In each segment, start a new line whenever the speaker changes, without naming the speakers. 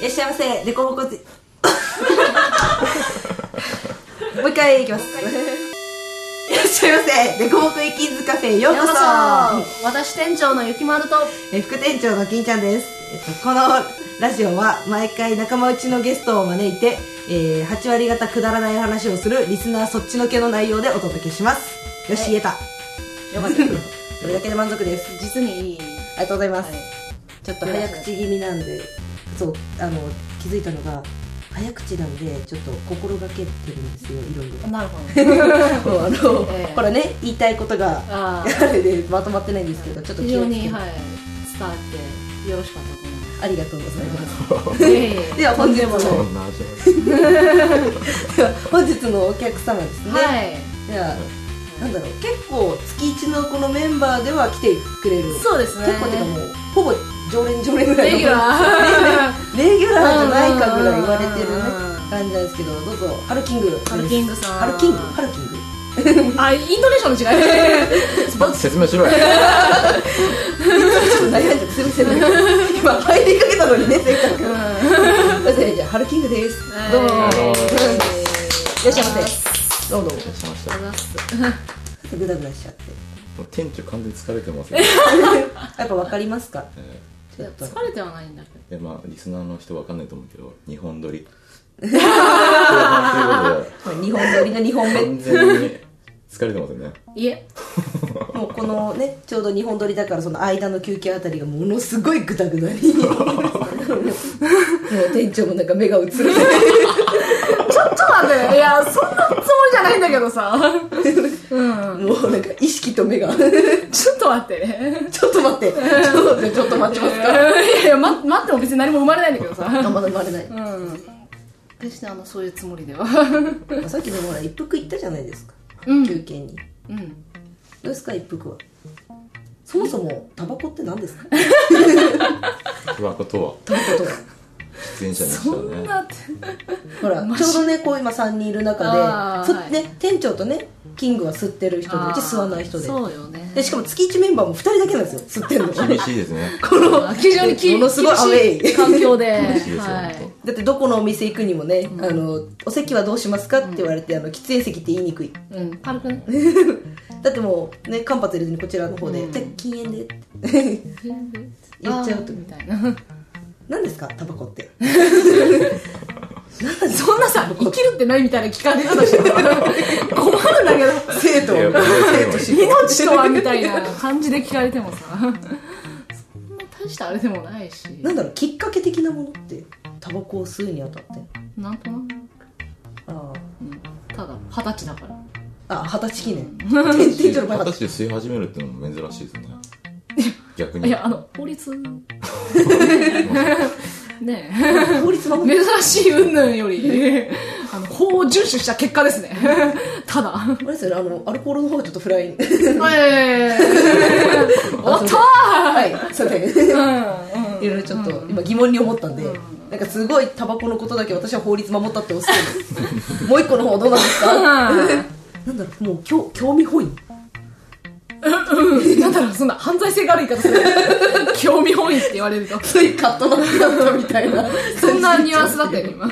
いらっしゃいませデコボコずもう一回いきますいらっしゃいませデコボコイキンズカフェへようこそ
私店長のゆきまると
えー副店長の金ちゃんです、えっと、このラジオは毎回仲間内のゲストを招いて、えー8割方くだらない話をするリスナーそっちのけの内容でお届けしますよし、
はい
言えた
よかった
それだけで満足です
実にいい
ありがとうございます、
ちょっ
ちょっと早口気味なんでそうあの気づいたのが早口なんでちょっと心がけてるんですよいろいろ
なるほど
も うあの、
ええ
ほらね言いたいことが
あ
あれ でまとまってないんですけどちょっと
非
気を
常
つけて、
に、はい、伝わってよろしかった
ありがとうござい ます
と思いますいえいえ
では本日も
と
は
んでも
い
そんな味わい
では 本日のお客様ですね、
ないはい
ではなんだろう結構月一のこのメンバーでは来てくれる
そうですね
結構てかもうほぼ常連常連ぐらいの
レギュラー
レギュラーじゃないかぐらい言われてるね
うん
感じなんですけどどうぞハルキングです
ハルキングさん
ハルキングハルキング
あイントネー ションの違 い
説明しろよ
ちょっと悩んじゃってすみません今入りかけたのにねせっかく
うんは
だってじゃあハルキングです
い
どうもい
はい
らっしゃいませどうも
いらっしゃいまし
あ
た
りがとうございます
グダグダしちゃって
もう店長完全に疲れてますね、
やっぱわかりますか
え
ちょっと
疲れてはないんだけど
ーでまあリスナーの人わかんないと思うけど日 本撮り後半というこ
これ2本撮りの2本
とで
目
完全に疲れてますよね
いえ
もうこのねちょうど2本撮りだからその間の休憩あたりがものすごいグダグダ にもう店長もなんか目がうつる
ちょっと待っていやそんなつもりじゃないんだけどさうん
もうなんか意識と目が
ちょっと待 ってね
ちょっと待 ってちょっと待ってちょっと待ちます
いやいや、ま、待っても別に何も生まれないんだけどさ
あまだ生まれない
うん決してあのそういうつもりで は
まあさっきでもほら一服行ったじゃないですか、
うん
休憩にど
うん
うですか一服はそもそもタバコって何です か
タバコとは
タバコとは
出演者にした
そ
ら
ん
ね
なって
ほらちょうどねこう今3人いる中
あー
で、
は
そ
い
ね、店長とねキングは吸ってる人でうち吸わない人で
そうよね
でしかも月1メンバーも2人だけなんですよ吸ってん の
厳しいですね
こ の
非常にき
ものすごいアウェイ
厳しい環境で
厳しいですよ、
はい
本
だってどこのお店行くにもね、あのお席はどうしますかって言われて、あの喫煙席って言いにくい
うん軽くね
だってもうね間髪入れずにこちらの方で「
うん
で禁煙で」って 言っちゃうと
あーみたい な
何ですかタバコ って
そんなさ生きるって何みたいな聞かれ方してたら困るんだけど
生徒
当いやこれはすごい
命とはみたいな感じで聞かれてもさそんな大したあれでもないし
なんだろうきっかけ的なものってタバコを吸うにあたって
なんとなく
あ
うんただ二十歳だから
あ二十歳記念店店長の場合は
二十歳で吸い始めるってのも珍しいですね逆
い
に
やあの法律 ね
法律守
え
る
珍しい云々よりあの法を遵守した結果ですね ただ
あれですよねあのアルコールの方がちょっとフライ
ええおっと
はいすいません
うんうん
いろいろちょっと今疑問に思ったんで、なんかすごいタバコのことだけ私は法律守ったっておっしゃるんですもう一個の方 どうなんですか なんだろうもう興興味本位
なんだろうそんな犯罪性がある言い方する興味本位って言われると
ついカットなくなったみたいな
そんなニュアンスだ ったよ今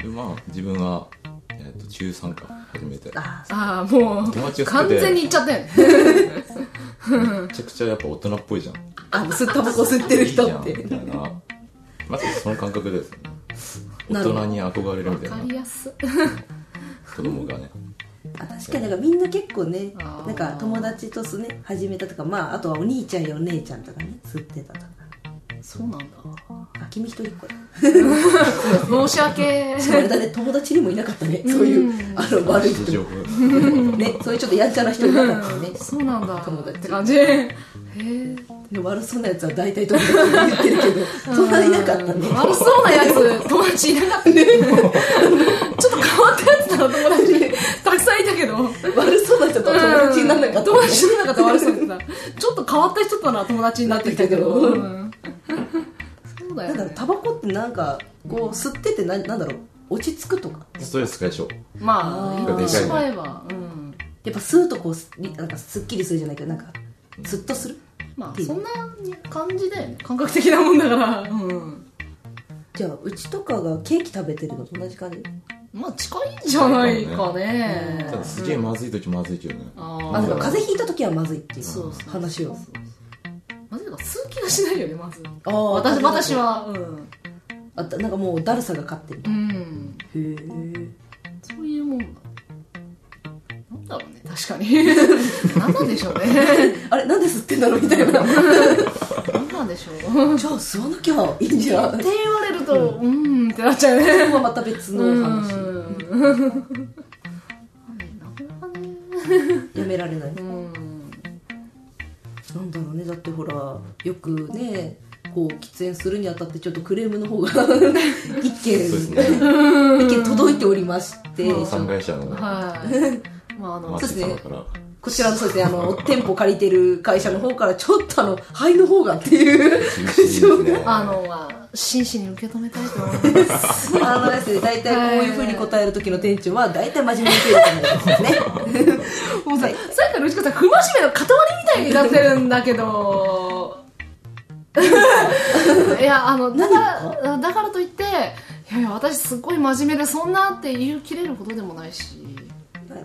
でまあ自分は、えっと中3から始めて
あ
ああも
友達
う
が
完
作って
全に言っちゃったよね
めちゃくちゃやっぱ大人っぽいじゃん
あ吸タバコ吸ってる人っ
いいじゃんみ
て
たいなまずその感覚ですね
な
大
るほど
人に憧れるみたい
わか
な
りやす
子供がね
あ確かになんかみんな結構ね
あー
なんか友達とすね始めたとかまああとはお兄ちゃんやお姉ちゃんとかね吸ってたとか
そうなんだ
あ君一人っ子 だ
申し訳
しかもあれだね友達にもいなかったねそういう、あの悪い人
情報
ねそういうちょっとやんちゃな人いなかったね
そうなんだ
友達
って感じへえ
で悪そうなやつは大体友達に言ってるけどそんなにいなかったね
悪そうなやつ友達いなかったねちょっと変わったやつなら友達たくさんいたけど
悪そうな人とは友達にならなかった、
友達にならなかった悪そうだ ったちょっと変わった人となら友達になってきたけど、
なってき
うんそうだ
な
よ
んだ
ね
ろうタバコってなんかこう吸っててななんだろう落ち着くとか
ストレス解消
まあ
あー
言ってしまえば、うん、
やっぱ吸うとこうすなんかすっきりするじゃないけどなんかスッとする
まあそんな感じだよね感覚的なもんだから、うん、
じゃあうちとかがケーキ食べてるのと同じ感じ
まあ近いんじゃないか
ただ
ね
すげえまずい時まずいけどね
あ
あ
ー
だから
なん
風邪ひいた時はまずいってい
そう
う
そう
話を
まずいか吸う気がしないよねまず
ああ
私私はうん、
あだなんかもうだるさが勝ってる
うん、
へえ
そういうもんだなんだろうね確か になんなんでしょうね
あれなんで吸ってんだろうみたい な
なんなんでしょう
じゃあ吸わなきゃいいんじゃん
って言われるとうんーんってなっちゃうね
それはまた別の話
うんなかなかね
やめられない
うん
なんだろうねだってほらよくねこう喫煙するにあたってちょっとクレームの方が 一件
そうですね
一件届いておりまして
うん
参加者の
はいまああの
マーシー様から
こちらのそうですねあの店舗借りてる会社の方からちょっとあの灰の方がっていう
厳しいですね
あのまあ真摯に受け止めたいと思います
あのですね、大体こういうふうに答える時の店長は、大体真面目に言ってるんですね。もうさ、
さっきから内子さん不真面目の塊みたいになってるんだけどいやあのだからだからといっていやいや私すごい真面目でそんなって言い切れるほどでもないし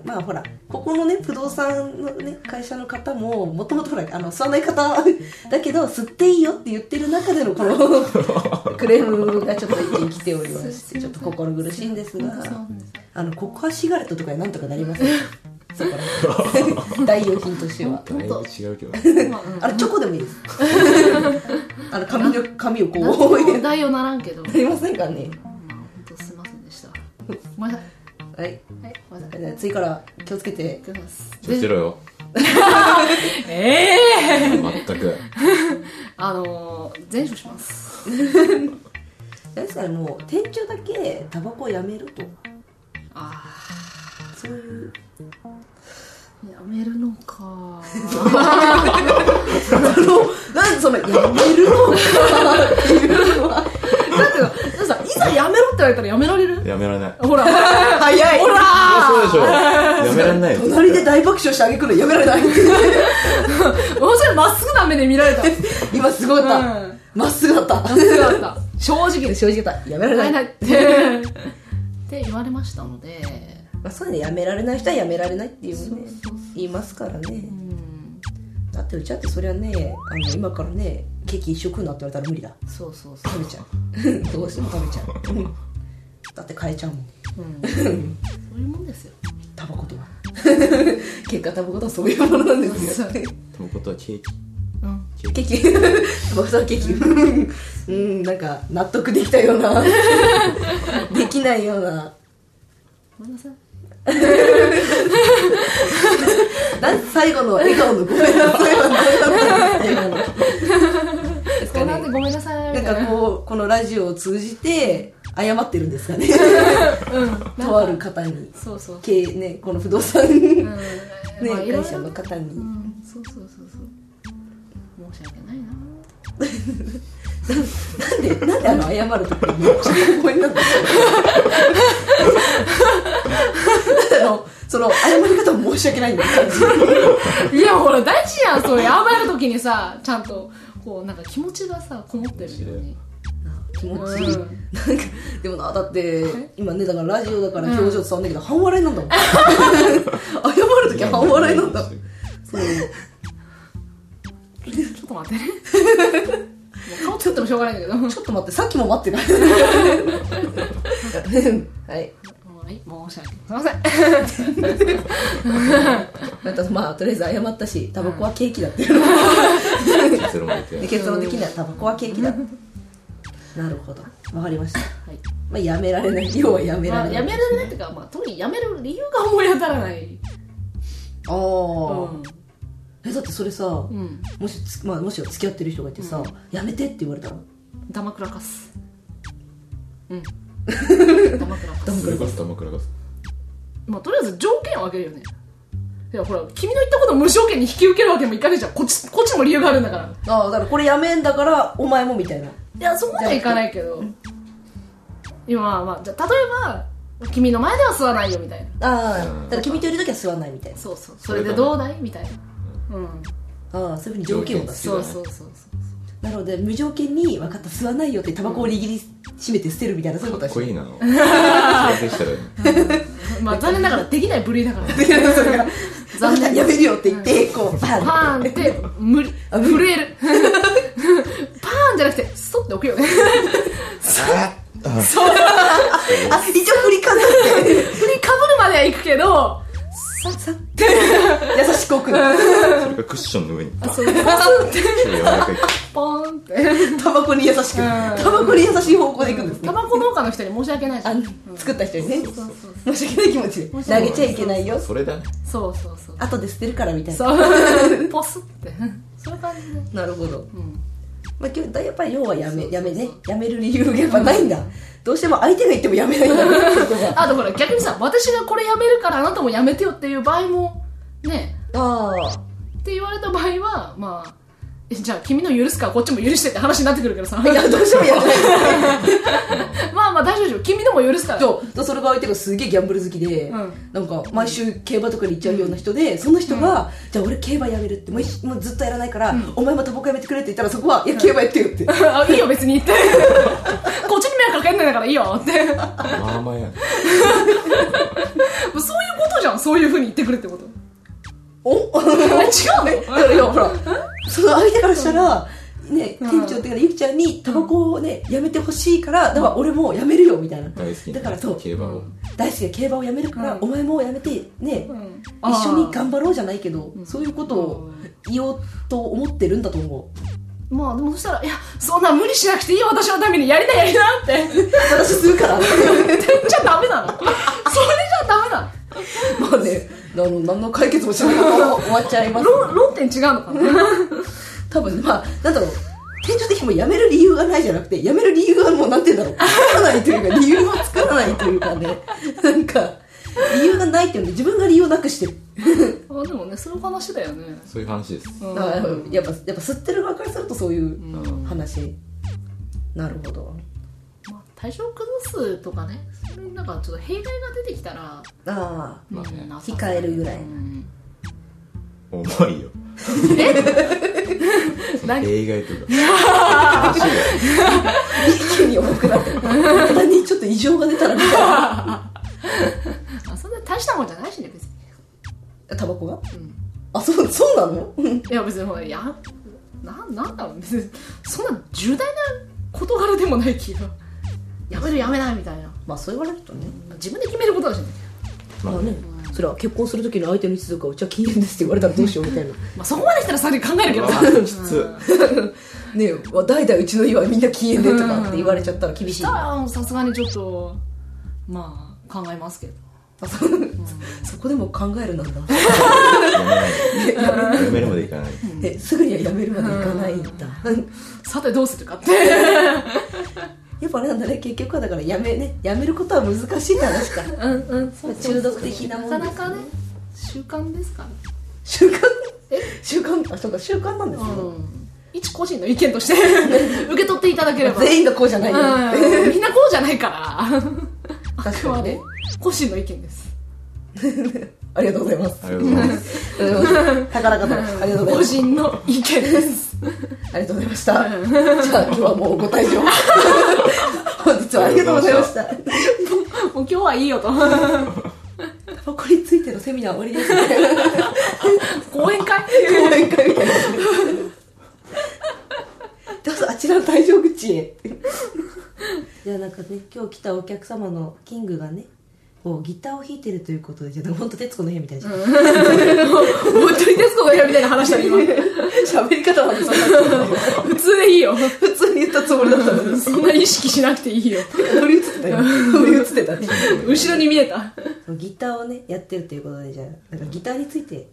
まあほら、ここのね、不動産のね、会社の方も、もともとほら、あの、吸わない方、 だけど、吸っていいよって言ってる中での この、クレームがちょっと一見来ておりまして、ちょっと心苦しいんです
そう
が、
なんです
あの、ここはシガレットとかになんとかなりますよ。そこ ら、代用品としては。
だいぶ違うけど
まあうん
あれ、チョコでもいいです。 あの、紙の、紙をこ
なん とも
う、入れ
問題をならんけど、ま
なりませんかね。
あ、本当すいませんでした。ごめんなさい。
はい。
はい、ごめんなさい。
じゃあ次から気をつけて
いただきます。
気をつけろよ
ええ
全く
あのー、全処します。
大輔さんもう店長だけタバコをやめると
あ
そういう
あ、やめるのか。
あのなんでそのやめるの
だって、だってさ、いざやめろって言われたらやめられる
やめられない
ほら、ほ
早いほら
ら
そうでしょやめられないで す
隣で大爆笑してあげくのやめられない
もうそれまっすぐな目で見られた。うん。
今すごかったま、っすぐだった
まっすぐだった。正直です。
正直だったやめられな
や
い、
めないって。って言われましたので、
まあ、そうねやめられない人はやめられないっていうね
そうそう
言いますからね
うん、
だってうちだってそりゃねあの今からねケーキ一生食うなって言われたら無理だ
そうそうそう
食。べちゃう どうしても食べちゃううんだって変えちゃうもん
うん、そういうもんですよ。
タバコ とは結果タバコとはそういうものなんですよ
そう
ケ
タバコとはケーキ
うん。
ーキ タバコとはケーキうんなんか納得できたよう なできないような
ごめんなさい。
なん最後の笑顔のごめんなさいは何だったんですか
なんで
ね
ごめんなさいみ
な
た
ん
いな
かこうこのラジオを通じて謝ってるんですか ねとある方に
そうそう、
けいねこの不動産
う
ね
んまあいろいろ
会社の方
う
に
んそうそうそうそう申し訳ないな
なんでなんであの謝るとこめっちゃ公園なんですよあのその謝り方も申し訳ないんだ感じ
いやほら大事やんそれ謝る時にさちゃんとこうなんか気持ちがさこもってるように
気持ちいい、
うん
なんかでもなだって今ねだからラジオだから表情伝わんだけど、半笑いなんだもん謝る時は半笑いなんだそう
ちょっと待ってねもう顔作ってもしょうがないんだけど
ちょっと待ってさっきも待ってたはい
はい申し訳ないすいません
なんかまあとりあえず謝ったしタバコはケーキだっていう
結論言 って
結論的にはタバコはケーキだなるほどわかりました
はい
まあ、やめられない要はやめら
まあ
れない、
やめられないっていうか、まあ、特にやめる理由が思い当たらない
ああ、
うん
えだってそれさ、
うん
もしつ、まあ、もし付き合ってる人がいてさ、やめてって言われたら
黙くらかすうん 黙くらかす
それこそ玉倉が
まあ、とりあえず条件を上げるよねいやほら君の言ったことを無条件に引き受けるわけにもいかないじゃんこっちこっちも理由があるんだから
ああだからこれやめんだからお前もみたいない
やそこまではいかないけど今はまあじゃあ例えば君の前では吸わないよみたいな
ああ、
うん
だから君といる時は吸わないみたいな
そうそうそ
そ
れ
れ
で
で
どうだいみたいなうん
ああそういうふうに条件を出す
そうそうそうそう
なので無条件に分かった吸わないよってタバコを握りしめて捨てるみたいなそういうこと
かっ
はし
こ
ない
いいなそれでしたらいい
まあ残念ながらできない部類だから
だから それが
残念
やめるよって言ってこうバン
パーンって無理
あ
震え るパーンじゃなくてストッて置くよね
ああ
あ一応振りかざって
振りかぶるまでは行くけど
ささって優しく置くの
それがクッションの上にバッ
そうパンって
て柔らかい
ポーンって
タバコに優しくタバコに優しい方向でいくんですね
タバコ農家の人に申し訳ないし
あ作った人にね
そうそう
申し訳ない気持ちで投げちゃいけないよ
それだね
そうそうそう
後で捨てるからみたいな
そうポスってそういう感じで
なるほど
うん
まあ、今日だやっぱり要はやめ
そうそうそう
やめねやめる理由がやっぱないんだどうしても相手が言ってもやめない んだねそこが
あとほら逆にさ私がこれやめるからあなたもやめてよっていう場合もね
ああ
って言われた場合はまあえじゃあ君の許すからこっちも許してって話になってくるから さ
いやどうしてもやめない
まあまあ大丈夫でしょ君のも許すから
そうだからそれが相手がすげえギャンブル好きで、
うん
なんか毎週競馬とかに行っちゃうような人で、その人が、じゃあ俺競馬やめるってもう一もうずっとやらないから、お前もタバコやめてくれって言ったらそこはいや競馬やってよって、
あいいよ別にって こっちに迷惑かけんないんだからいいよってそういうこ
まあまあやね
とじゃんそういうふうに言ってくるってこと
お
あれ違う
だからいやほらその相手からしたら、ね、店長っていうからゆきちゃんにタバコをねやめてほしいからだから俺もやめるよみたいな
大好きな
だからそう
競馬を
大好きが競馬をやめるから、
うん
お前もやめてね、
の、うん
一緒に頑張ろうじゃないけど、そういうことを
うん
言おうと思ってるんだと思う
まあでもそしたら「いやそんな無理しなくていいよ私のためにやりなやりな」って言っ
私するから
ちゃダメなのそれじゃダメな
まあね あの何の解決もしないまま 終わっちゃいます
の論論点違うのかな
多分まあなんだろう店長的にもやめる理由がないじゃなくてやめる理由がもうなんて言うんだろう作らないというか理由を作らないというかねなんか理由がないっていうので自分が理由をなくしてる、
あでもねそういう話だよね、
そういう話です
うん
だからやっぱやっぱ吸ってる側からするとそういう
うん
話なるほど
まあ、体調崩すとかねそれになんかちょっと弊害が出てきたら、
ああ
まあね
うん
控えるぐらい
うん
重いよ
何
映画とか
一気に重くなって体にちょっと異常が出たらみたい
あそんな大したもんじゃないしね別に、
なタバコが
うん、
あそうそうなの
いや別にほらいやななんだろう別にそんな重大な事柄でもない気がやめるやめないみたいな
まあそう言われるとね
自分で決めることだしね、
ま
ま
あ
あ
ねそれは結婚する時の相手の一途かうちは禁煙ですって言われたらどうしようみたいな
まあ、そこまで来たらさらに考えるけどさ
うわきつ
ねえわ代々うちの家はみんな禁煙でとかって言われちゃったら厳しいあ
あさすがにちょっとまあ考えますけど
そうそこでも考えるなんだ
やめないやめるまでいかない
えすぐにはやめるまでいかないんだ
さてどうするかって
やっぱあれなんだね結局はだからやめねやめることは難しいって話か
うんうんそう
中毒的なもんです
なかなかね習慣ですから
習慣
え
習慣あそうか習慣なんですけど
うん一個人の意見として受け取ってい ただければ
全員がこうじゃないよ
うんみんなこうじゃないからあ
確
く
か
ま
にね
で個人の意見です
ありがとうございます
ありがとうございます
高らかとありがとうござい
個
ます
人の意見です
ありがとうございましたじゃあ今日はもうご 退場本日はありがとうございましたタ
もう今日はいいよと
バコについてのセミナー終わりですね
講演会
講演会みたいな どうぞあちらの退場口へじゃあなんかね今日来たお客様のキングがねこうギターを弾いてるということでじゃあ本当徹子の部屋みたいじゃん
本当に徹子がやみたいな話だね今
喋り方はねそんな
普通でいいよ
普通に言ったつもりだったのに
そんな意識しなくていいよ
乗り移ってたよ乗り移ってたね
後ろに見えた
そうギターをねやってるということでじゃあなんかギターについて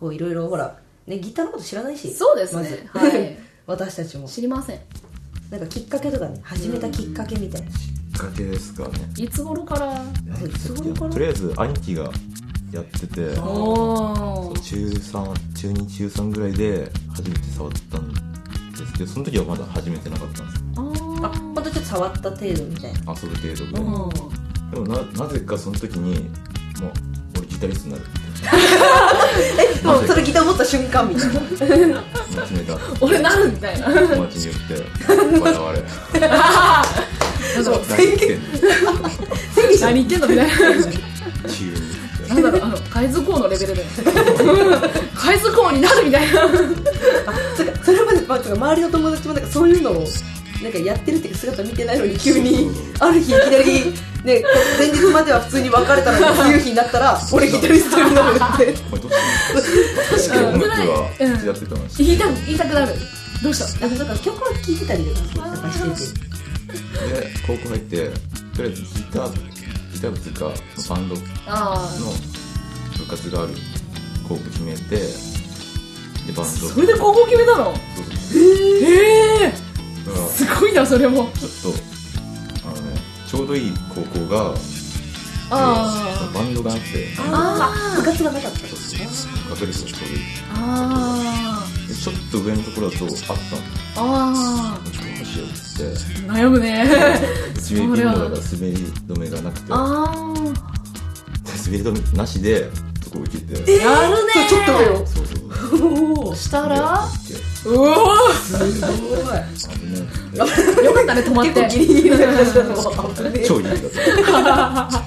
こういろいろほら、ね、ギターのこと知らないし
そうですね
まず、
はい
私たちも
知りません
なんかきっかけとかね始めたきっかけみたいな、
きっかけですかね
いつ頃から
そういつ
いや
頃から
とりあえず兄貴がやってて
おお
中3中2中3ぐらいで初めて触ったんですけどその時はまだ始めてなかったんです
あ
あ
ー
またちょっと触った程度みたいな
遊ぶ程度
うん
ででもななぜかその時にもう俺ギタリストになるって
えもうそれギター持った瞬間みたいな
決めた
俺なるみたいな
友達に言って笑 われ
何
何言ってんの
言ってんのみたいな
急に
なんだろうあの海津港のレベ ルで海津港になるみたいな
そうかそれまでまあ周りの友達もなんかそういうのをなんかやってるっていうか姿見てないのに急にある日いきなり、ね、こう前日までは普通に別れたのに次の日になった ら俺ギタリストになるって
お前どうしたの
うん
音楽は
うん
やってたの
言いたく言いたくなるどうした
なんかなんか曲は聴いてたりとかなんかしてて
で高校入ってとりあえずギターギター部っていうかバンドの
あ
部活がある高校決めてでバンド
あそれで高校決めたの
そうそう
へえ
だから
すごいなそれも
ちょっとあのねちょうどいい高校が
あ
バンドがあって
ああ部活がなかった
そうそう隠れてたちょうどいい
ああ
でちょっと上のところだとあったのち
ああ
ょっと欲しいよっつって
あ悩むね
地面貧乏だから滑り止めがなくて滑
あ
り止めなしでそこ受け
あ
て
やるね
そうちょっと上よ
そうそうそう
おおす
した
で
ら
受けて
うおー
ごい
危ねえ
よかったね止まっ
結構ギ
て
リギ リの話だと思う
超いいんだった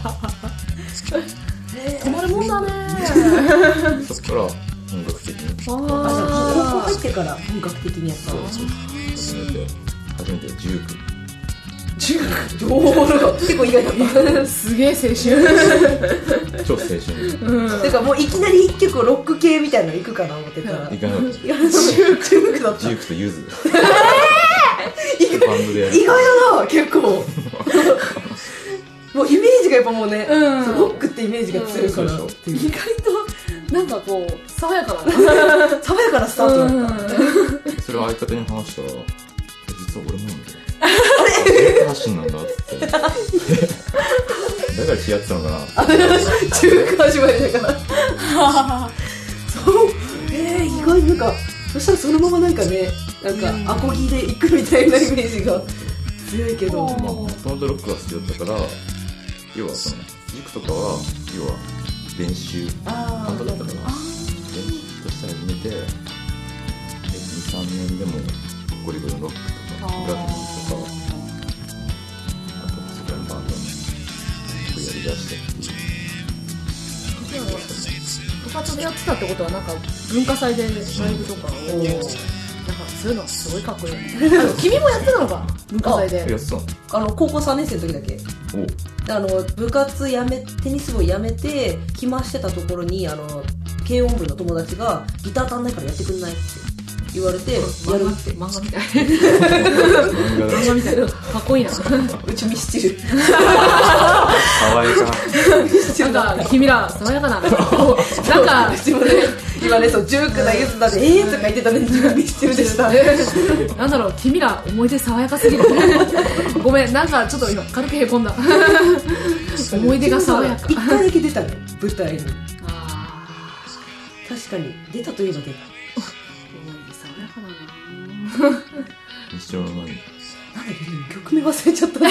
止まるもんだね
そっから音楽的に
あじ
あ
ゃあ高校
あ
入ってから本格的にやったの
始めて初めて19
中
結構意外だった
学すげえ青
超青春
春うん
てかもういきなり一曲ロック系みたいなの行くかな思ってたら
いかなかった
いや中学だった
19とゆずバンドでやる
意外だな結構 もうイメージがやっぱもうね、
うん
そうロックってイメージが強いから、
そうで
意外となんかこう爽やかな
爽やかなスタートだった、
それを相方に話したら実は俺もなんだよあれ発信なんだっつって だから気合ってたのかな
中華始まりだからそうえー、意外なんかそしたらそのままなんかねなんかアコギで行くみたいなイメージが強いけど、
うん
まあもともとロックが好きだったから要はその塾とかは要は練習
あ
バンドだった
ー
から練習として始めて23年でもゴリゴリのロックとかグラフィックとかあとそこらのバンドもやりだしてっていう
部活でやってたってことはなんか文化祭でライブとかを
お
なんかそういうのすごいかっこいいあの君もやってたのか文化祭で
やってたの
あの高校3年生の時だけ
お
あの部活やめテニス部をやめて暇してたところにあの軽音部の友達が「ギター足んないからやってくんない?」って言われてやるって
漫画みたい
漫画だ
漫画みたいなかっこいいな
うちミスチル
可愛いか
ミスチルだ
なんか君ら爽やかなこうなんか
自分で今ねそうジュークなゆずだで「ええー」とか言ってたのに自分ミスチルでした
なんだろう君ら思い出爽やかすぎるごめんなんかちょっと今軽くへこんだ思い出が爽やか
一回だけ出たね舞台に
あ
確かに出たといえば出た
ー思い出爽やかだ
一生の前に
なんだっけ曲名忘れちゃ ったね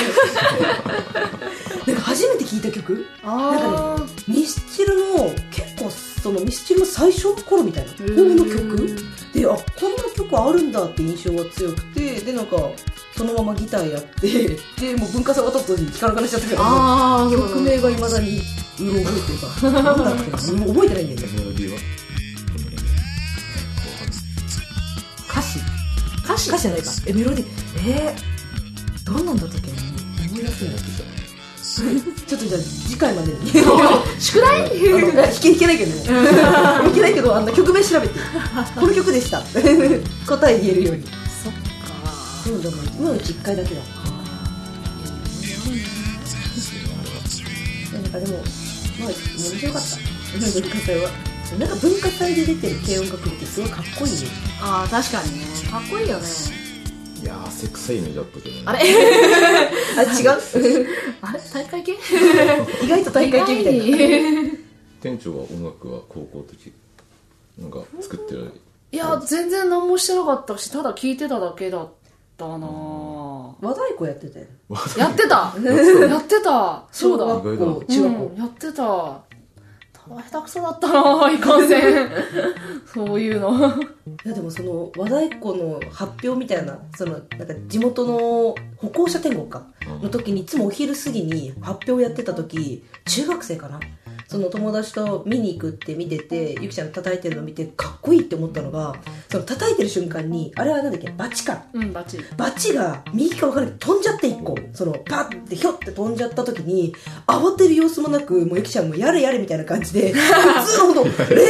なんか初めて聴いた曲
なあ
ミスチルの結構そのミスチルの最初の頃みたいな
ー
方の曲であこんな曲あるんだって印象が強くてでなんかそのままギターやって でもう文化祭終わった後に聴かなくなっちゃったからも
ああ
う曲名がいまだにうろ覚え てるかなんだっけもう覚えてないんだよね
メロディーは
歌詞
歌詞
歌詞じゃないかえメロディーえー、どうなんだったっけ思い出せないちょっとじゃあ次回までに
宿題
あの弾け弾けないけどね弾けないけどあんな曲名調べてこの曲でした答え言えるように
そっか
そうだな今のうち1回だけだなんかでもまあ面白かった文化祭はなんか文化祭で出てる軽音楽部ってすごいかっこいいね
ああ確かにねかっこいいよね
いやー汗臭いイメージあったけどね
あれ
あ違 う
あれ大会系
意外と大会系みたいな
な
店長は音楽は高校の時なんか作ってる
いや全然何もしてなかったしただ聞いてただけだったなぁ
和太鼓やってたよ
やってたやってたそうだ
小学校
意
中学校、
うんやってたあ下手くそだったなぁいかんせんそういうの
いやでもその和太鼓の発表みたいなそのなんか地元の歩行者天国かの時にいつもお昼過ぎに発表やってた時中学生かなその友達と見に行くって見ててゆきちゃん叩いてるの見てかっこいいって思ったのがその叩いてる瞬間にあれはなんだっけバチか
うんバッ チリ
バチが右か分からない飛んじゃって1個そのパッてひょって飛んじゃった時に慌てる様子もなくもうゆきちゃんもやれやれみたいな感じ で普通のほんと冷静な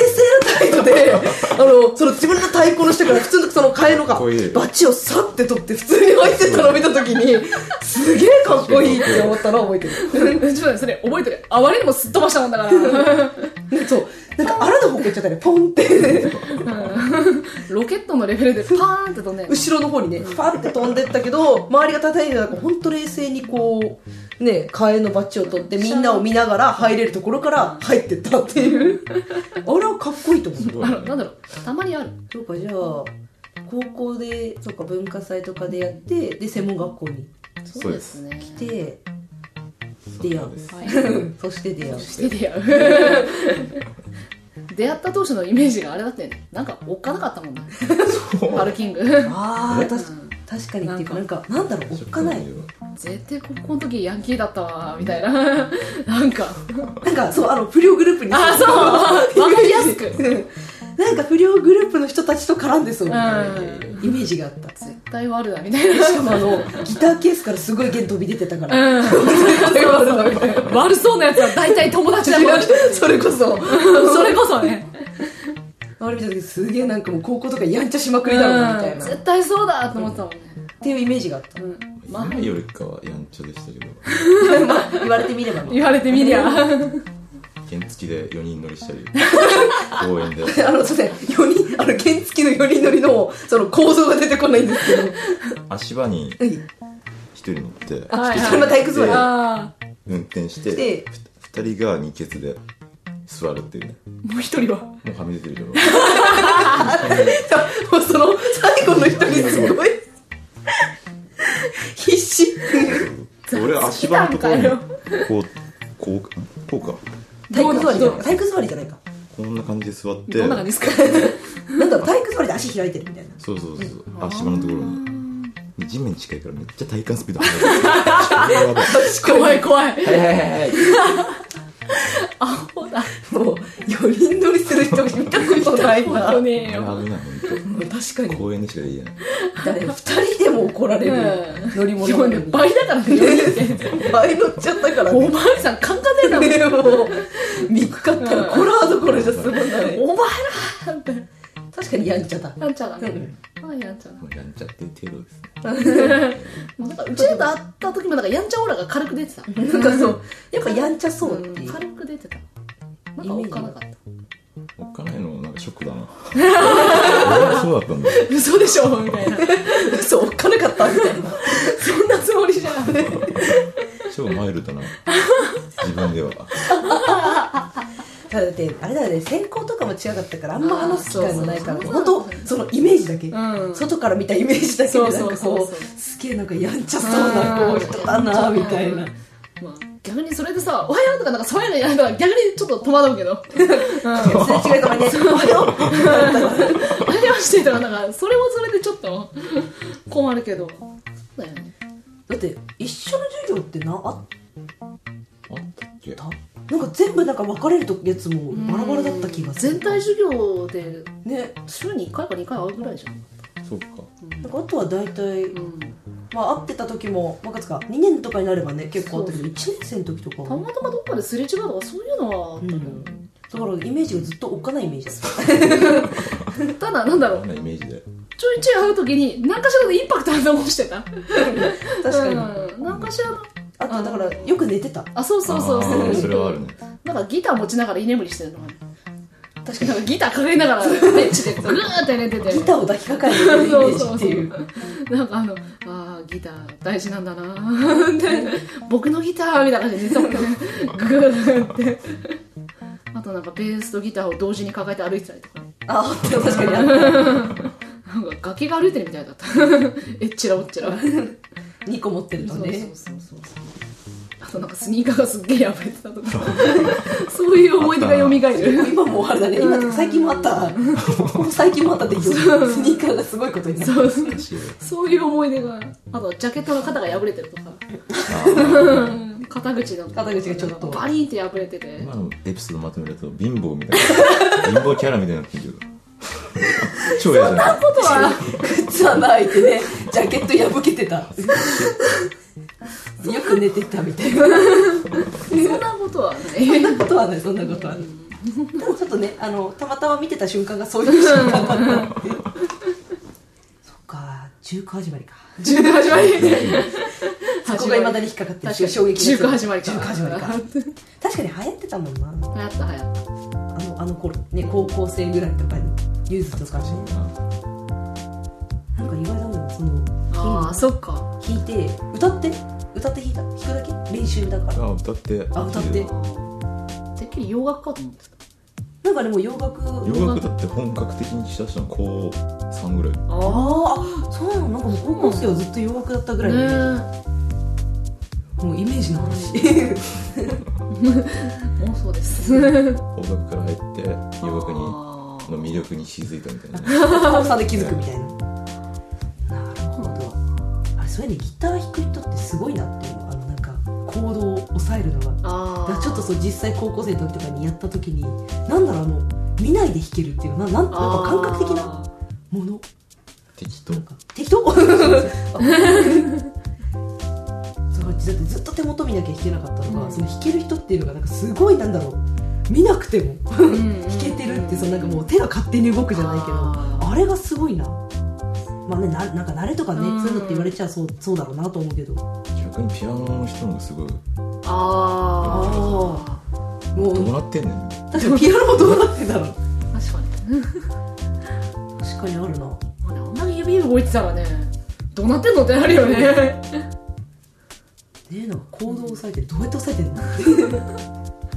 態度であのその自分の太鼓の下から普通のその替えのが
かっこいい
バチをさって取って普通に置いてったのを見た時にすげえかっこいいって思ったのは覚えてる。
うんちょっとねそれ覚えてるあまりにもすっ飛ばしたもんだから
そうなんかあらぬ方向行っちゃったねポンって
ロケットのレベルでパーンって飛んで
後ろの方にねパンって飛んでったけど周りが叩いてたから本当冷静にこうね替えのバッジを取ってみんなを見ながら入れるところから入ってったって いうあれはかっこいいと思う
あのなんだろうたまにある
そうかじゃあ高校でそうか文化祭とかでやってで専門学校に
そうです
ね
来て出会う
はい
そして出会う
して出会う 出会った当初のイメージがあれだってなんかおっかなかったもんねパルキング
ああ確
うん
確かにっていうかなんかなんだろうおっかない
絶対高校の時ヤンキーだったわみたいな なんか
なんかそうあの不良グループに
あそうわかりやすく
なんか不良グループの人たちと絡んでそうみたいな
う
イメージがあった
絶対悪だみたいな
しかもあのギターケースからすごい弦飛び出てたから、
うん悪そうなやつは大体友達だもん
それこそ
それこそね
あれ見た時すげえなんかもう高校とかやんちゃしまくりだろうなみたいな、っ
絶対そうだと思ってたもんね、
ていうイメージがあった
うんまあ
今よりかはやんちゃでしたけど
言われてみればね
言われてみりゃ
原付きで4人乗りしたり公園で
あのすいません4人あの原付の4人乗りのその構造が出てこないんですけど
足場に1
はい
人乗って
あ、
はいはい
そんな体育座り
あ
運転し
して
て2人が二ケツで座るっていうね
あもう一人は
もうはみ出てるけど
もうその最後の人にすごい必死
俺足場のところに
来たん
こうこうかこうか
体育座りじゃな体育座りじ
どうない
ゃないか
こんな感じで座って
どんな感じですか
なんだろう体育座りで足開いてるみたいな
そうそうそう足場のところに地面に近いからめっちゃ体感スピード速い
怖い怖い
はいはいはいはい
アホだ
もう4人乗りする人見たことないな
本当ねえ
危
よ
ない本
確か
当
に
公園でしか言えない
誰2人でも怒られる乗り物なのに
倍だからね4人って
倍乗っちゃったから
お
ね
前さん考えたもん
でも見くかったらこらどころじゃすごいない
お前らって
確かにやんちゃだ
やんちゃだね
うん
ああやんちゃだ
もうやんちゃってる程度ですね
もうなんかうちらと会った時もなんかやんちゃオーラが軽く出てた
なんかそうやっぱやんちゃそうっていう
軽く出てたなんかおっかなかっ
おっかないのなんかショックだな俺も そうだったんだ
た嘘でしょみ たいな
そうおっかなかったみた いな
そんなつもりじゃん
超マイルドな自分では
ただだってあれだよね専攻とかも違かったからあんま話す機会もないから
あーそう
本当そのイメージだけ、
うん
外から見たイメージだけで
そう
な
そ
ん
う
か
そう
こ
そ
う
う
すげえなんかやんちゃそうなこう人だなみたいな
まあ逆にそれでさ「おはよう」とかなんかそういうのやるのは逆にちょっと戸惑うけど
すれ違いと かね「おはよう」
あれをしてたらなんかそれもそれでちょっと困るけどそうだよね
だって一緒の授業ってなあっ
あったっけ
たなんか全部なんか分かれるやつもバラバラだった気がする
全体授業で
ね
週に1回か2回あるぐらいじゃん
そうか
なんかあとは大体
うん
まあ会ってた時も分かつか2年とかになればね結構あったけど1年生の時とか
たまたまどっかですれ違うとかそういうのはあったけど、
うんだからイメージがずっとおっかないイメージだった
ただなんだろ
あ
うん
なイメージで
ちょいちょい会う時に何かしらのインパクトは残してた
確かに
うん、何かしらの
あとだからよく寝てた
あそうそうそう
あー
そ
そうれはあるね
なんかギター持ちながら居眠りしてるのかな
確か
なんかギター抱えながらベンチでグーって寝てて
にギターを抱きかかえてるイメージっていう
なんかあのあーギター大事なんだな ーって僕のギターみたいな感じで寝てたもんねグーってあとなんかベースとギターを同時に抱えて歩いてたりとかね
ああ確かにあっ
なんか崖が歩いてるみたいだ ったえっちらおっちら
た2個持ってると
そうそう
ね
そうそうあとなんかスニーカーがすっげえ破れてたとかそうそういう思い出が蘇る
今もあれだね今ってか最近もあ ったここ最近もあったって言ってたスニーカーがすごいことになる
そうそう
難しいよ
そういう思い出があとジャケットの肩が破れてるとかうん肩口の
肩口がちょっと
バリンって破れてて
今のエピソードまとめると貧乏みたいな貧乏キャラみたいになってるけど超嫌じゃない
ことは
靴穴開いてねジャケット破けてたよく寝てたみたいな
そんなことは
そん
な
なことはないそんなことはないただちょっとねあのたまたま見てた瞬間がそういう瞬間だったっていうそっか中華始まりか
い中華始ま り
そこがいまだに引っかかってる
確かに
衝撃です
中華始まりか
中華始まりか確かに流行ってたもんな
流行った流行った
あのあの頃ね高校生ぐらいとかにユーズとかねなんか意外なんだよその
ああそっか
弾いて歌って歌って弾いた弾くだけ練習だから
あ歌って
あ歌って
てっきり洋楽かと思ってた
なんかでも洋楽あ
洋楽だって本格的にしだしたの高3ぐらい
あ
あそうなのなんかもう高校生はずっと洋楽だったぐらいのイメージ
ね
もうイメージの話
もうそう です洋
邦楽から入って洋楽にの魅力に気づいたみたい なね
高さで気づくみたいななるほどあれそれにギター弾く人ってすごいなっていうあのなんか行動を抑えるのがだ
あ
から
あ
ちょっとそう実際高校生の時とかにやった時になんだろうあの見ないで弾けるっていうななんなんか感覚的なもの
適当
なんか適当そうだってずっと手元見なきゃ弾けなかったのが、
うん
その弾ける人っていうのがなんかすごいなんだろう見なくても弾
弾
けてるってそのなんかもう手が勝手に動くじゃないけど
あ
あれがすごいなまあねななんか慣れとかね、
うん
そういうのって言われちゃそうそうだろうなと思うけども
逆にピアノの人の方がすごい
ああ
どう
う
なってんねん
確かにピアノもどうなってんだろう
確かに
確かにあるな
あれあんなに指動いてたらねどうなってんのってなるよね
ねえなんか行動を抑えてるどうやって抑えてるの や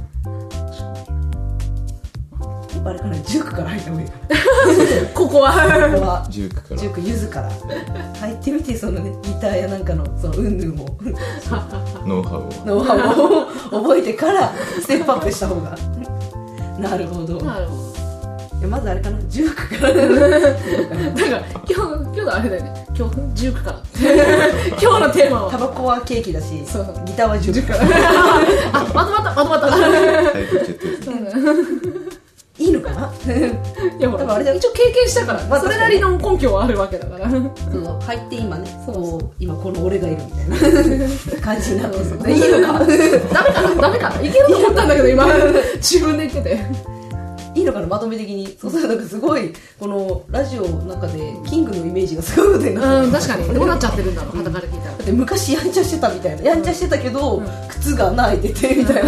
っぱあれから塾から入った方がいいか
こ
ら
こ
こ
は
こは
19から
塾ゆずから入ってみてそのねギターやなんかのそのうんぬん も
ノウハウを
ノウハウを覚えてからステップアップした方がなるほどい
なるほど
やまずあれかな塾から
だから今日今日のあれだよね今日19から今日のテーマ
タ
は
バコはケーキだし
そう
ギターは塾から
あまとまったまとまった
タイプ決定戦
いいのかな
いやほ
多分あ
ら
れだよ
一応経験したから、
まあ
それなりの根拠はあるわけだから
その入って今ね
そうそう
こう今この俺がいるみたいな感じになってる ねいいのか
ダメかなダメかないけると思ったんだけど今自分で言ってて
いいのかなまとめ的にそうそうなんかすごいこのラジオの中でキングのイメージがすごいことになってる
うん確かにどうなっちゃってるんだろう傍から聞いたら
だって昔やんちゃしてたみたいなやんちゃしてたけど、靴が穴開いててみたいな、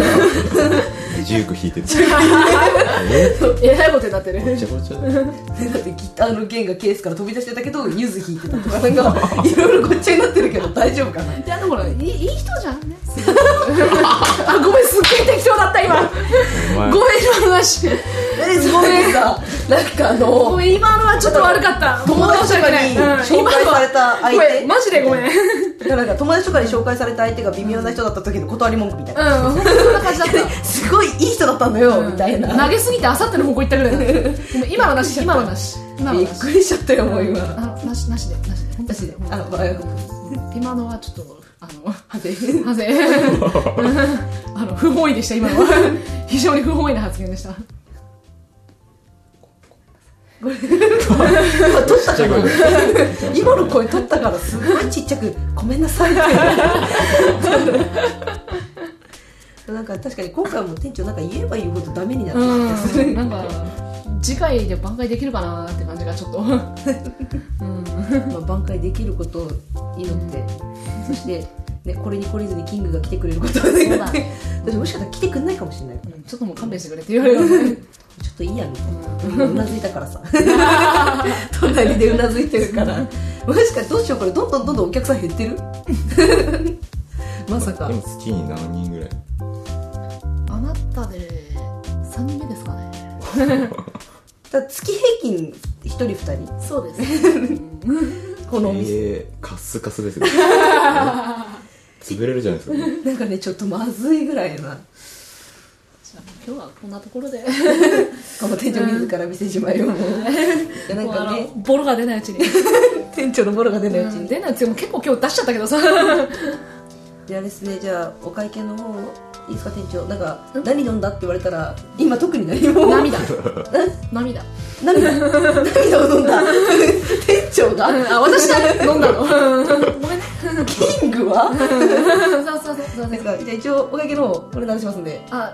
19弾いてる
えらいことになってる
ごちゃごちゃだよ
でだってギターの弦がケースから飛び出してたけどゆず弾いてたとかなんかいろいろごっちゃになってるけど大丈夫かない
やでもほらいいいい人じゃ んねあごめんすっげえ適当だった今
お前
ごめん今の話
えすごいさ なんかあ
ご
の
めん今のはちょっと悪かった
友達とかに紹介された相手
ごめんマジでごめんうん
なんか友達とかに紹介された相手が微妙な人だった時の断り文句みたいな、
本当にそんな感じだった
すごいいい人だったのよ、みたいな
投げすぎてあさっての方向行ったぐらいだごめん今の話 今の話今の
びっ
話
くりしちゃったよもう今
あなしなしでなしでなしで
あわかりまし
今のはちょっとあの
派手
なぜあの不本意でした今の は非常に不本意な発言でした
今撮った
ちっちゃ
か
い声
ら
で
今の声取ったからすごいちっちゃく「ごめんなさい」ってなんか確かに今回も店長なんか言えば言うほどダメになってきた気がす
う
る
んなんか次回で挽回できるかなって感じがちょっとうん
まあ挽回できることを祈って、そして、ね、これに懲りずにキングが来てくれることを
そう
願っ
だ
て私もしかしたら来てくんないかもしれないから
ちょっともう勘弁してくれって言われるよね
ちょっといいやみたいなうなずいたからさ 隣でうなずいてるからもしかしてどうしようこれどんどんどんどんお客さん減ってる まさか
でも月に7人ぐらい
あなたで3人目ですかね
だから月平均1人2人
そうです、
このお店、
えー、カッスカス ですよ潰れるじゃないですか
なんかねちょっとまずいぐらいな
今日はこんなところで
この店長自ら店じま いをもういやなんかね
もうあのボロが出ないうちに
店長のボロが出ないうち
う
に
ん出ないっても結構今日出しちゃったけどさ
じゃあですねじゃあお会計の方いいですか店長なんか何飲んだって言われたら今特に何も
涙涙
涙涙を飲んだ 店長が
あ私だ飲んだのごめんね
キングは
そうそうそうそう
なんかじゃあ一応お会計の方お願いしますんで
あ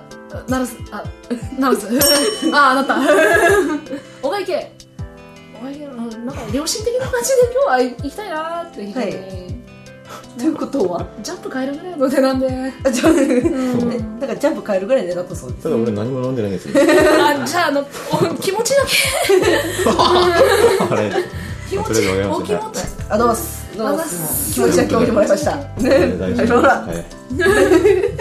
ナルスあナルス ああなた お会計お会計うんなんか良心的な感じで今日は行きたいなーって言って、
はいということは
ジャンプ変えるぐらいの値段で
あじゃあ
ん
ねなんかジャンプ変えるぐらいでなったそうです
ただ俺何も飲んでないんですよ
あじゃああのお気持ち だけ
あれ
気持
それで
ち
終わ
お
り
気持
ま
ち
あどうもっすどうもっ
あどうもっ
す
す
気持ちだけ置いてもらいましたね
大
はい
丈
ほ
夫
ら
はい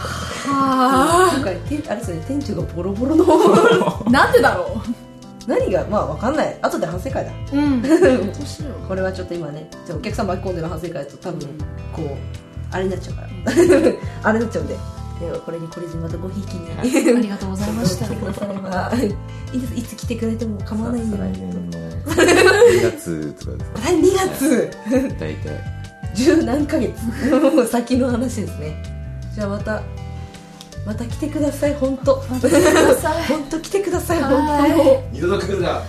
は
今回てあれですよね店長がボロボロの
あなんでだろ
何がまあわかんない後で反省会だ
ううんどうしよ
これはちょっと今ねちょっとお客さん巻き込んでの反省会だと多分こうあれになっちゃうから あれになっちゃうんでではこれにこれでまたごひいきに
は
うありがとうございま した
くださればいいですいつ来てくれても構わないんで
来年の2月とかですか
来2月
大体
十何ヶ月もう先の話ですねじゃあまたまた来てください本 当本
ください
当来てください
は
本
い
当もう
二度と来るな
あ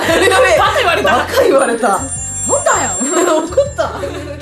やべえバカ言われたバカ言われた
なんだよ
怒った